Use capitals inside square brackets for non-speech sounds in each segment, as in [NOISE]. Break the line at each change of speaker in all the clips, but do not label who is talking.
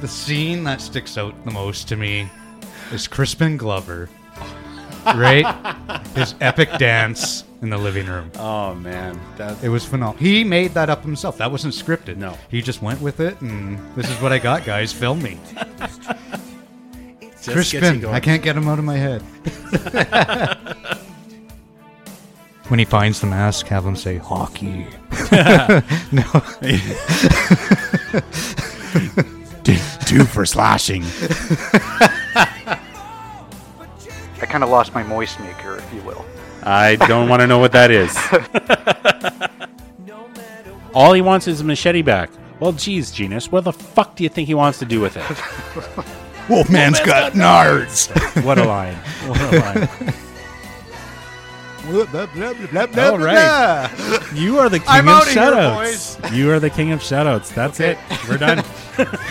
The scene that sticks out the most to me is Crispin Glover, right? His epic dance in the living room.
Oh man, that's
It was phenomenal. He made that up himself. That wasn't scripted.
No.
He just went with it, and this is what I got, guys. Film me.
just gets you
Crispin.
going.
I can't get him out of my head. [LAUGHS] when he finds the mask, have him say hockey. no,
do, do for slashing.
I kind of lost my moist maker, if you will.
[LAUGHS] I don't want to know what that [LAUGHS] is. All he wants is a machete back. Well, geez, Genius, what the fuck do you think he wants to do with [LAUGHS] it?
Wolfman's got nards.
What a line! What a
[LAUGHS]
line!
all right.
[LAUGHS] You are the king
I'm
of
outta here,
shoutouts. you are the king of shoutouts. That's
Okay.
it. We're [LAUGHS] done.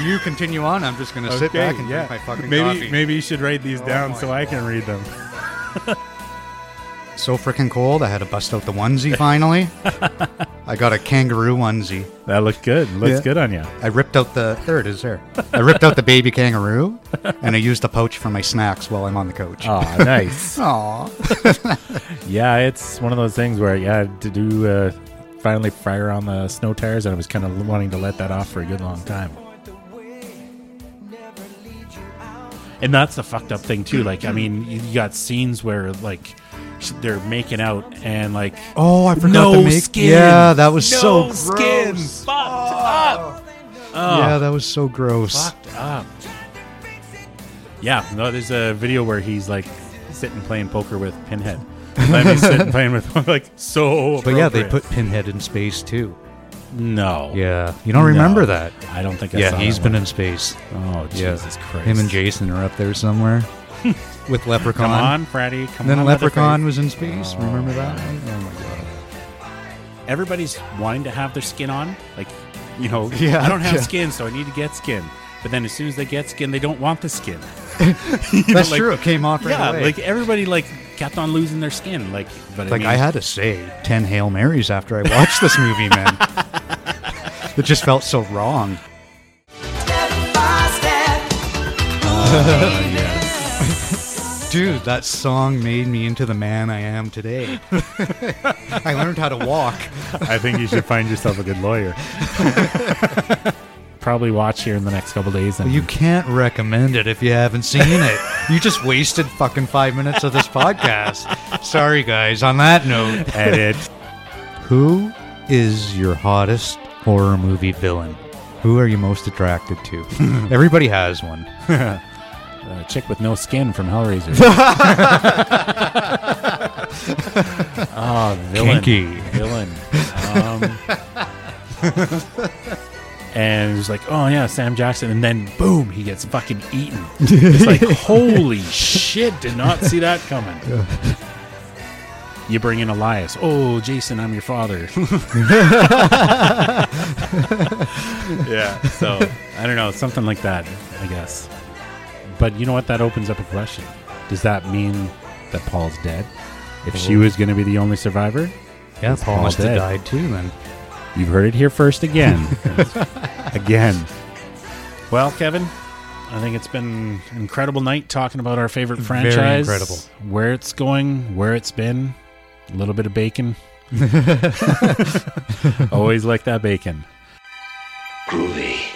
You continue on. I'm just gonna sit back and drink my fucking
maybe
coffee.
maybe you should write these down
my
so I can read them.
So freaking cold. I had to bust out the onesie [LAUGHS] finally. I got a kangaroo onesie.
That looked good. Looks
Yeah.
good on you.
I ripped out the there it is there. I ripped out the baby kangaroo, and I used the pouch for my snacks while I'm on the couch.
Ah, [LAUGHS] nice.
Aw.
yeah, it's one of those things where yeah, I had to do uh, finally fire on the snow tires, and I was kind of wanting to let that off for a good long time. And that's the fucked up thing too. Like, I mean, you got scenes where like sh- they're making out and like
Oh, I forgot
no
to make.
skin.
Yeah, that was
no
so gross.
skin. Fucked up. Oh,
Yeah, that was so gross.
fucked up. Yeah, no, there's a video where he's like sitting playing poker with Pinhead. Lemmy's sitting playing with like so.
But yeah, they
appropriate.
put Pinhead in space too.
no.
Yeah, you don't remember
No.
that.
I don't think. I
Yeah,
saw
he's
that
been
one.
in space.
Oh
Yeah.
Jesus Christ!
Him and Jason are up there
[LAUGHS]
somewhere with Leprechaun.
Come on, Freddy. Come
Then
on.
Leprechaun
Leatherface.
was in space. Remember that? Oh
[LAUGHS]
my god.
Everybody's wanting to have their skin on. Like, you know,
[LAUGHS] Yeah,
I don't have
yeah.
skin, so I need to get skin. But then as soon as they get skin, they don't want the skin.
That's
like-
true. It came off right
yeah,
away.
like everybody like kept on losing their skin. Like, but
Like
I, mean,
I had to say ten Hail Marys after I watched this movie,
[LAUGHS]
man. it just felt so wrong. Dude, that song made me into the man I am
[LAUGHS]
today. I learned how to walk.
I think you should find yourself a good lawyer. [LAUGHS] Probably watch here in the next couple days. And
You can't recommend it if you haven't seen it. You just wasted fucking five minutes of this podcast. Sorry, guys. On that note,
edit.
Who is your hottest horror movie villain? Who are you most attracted [LAUGHS] to? Everybody has one.
Uh, chick with no skin from Hellraiser. oh, Ah, villain.
Kinky.
Villain. Um, and it was like, oh, yeah, Sam Jackson. And then, boom, he gets fucking eaten. It's like, holy shit, did not see that coming. You bring in Elias. Oh, Jason, I'm your father. yeah. So, I don't know, something like that, I guess. But you know what? That opens up a question. Does that mean that Paul's dead? If she was going to be the only survivor?
Yeah,
all
Paul must have
dead.
died too then.
You've heard it here first again. [LAUGHS] again. Well, Kevin, I think it's been an incredible night talking about our favorite franchise.
incredible.
Where it's going, where it's been, a little bit of [LAUGHS] bacon. Always like that bacon.
Groovy.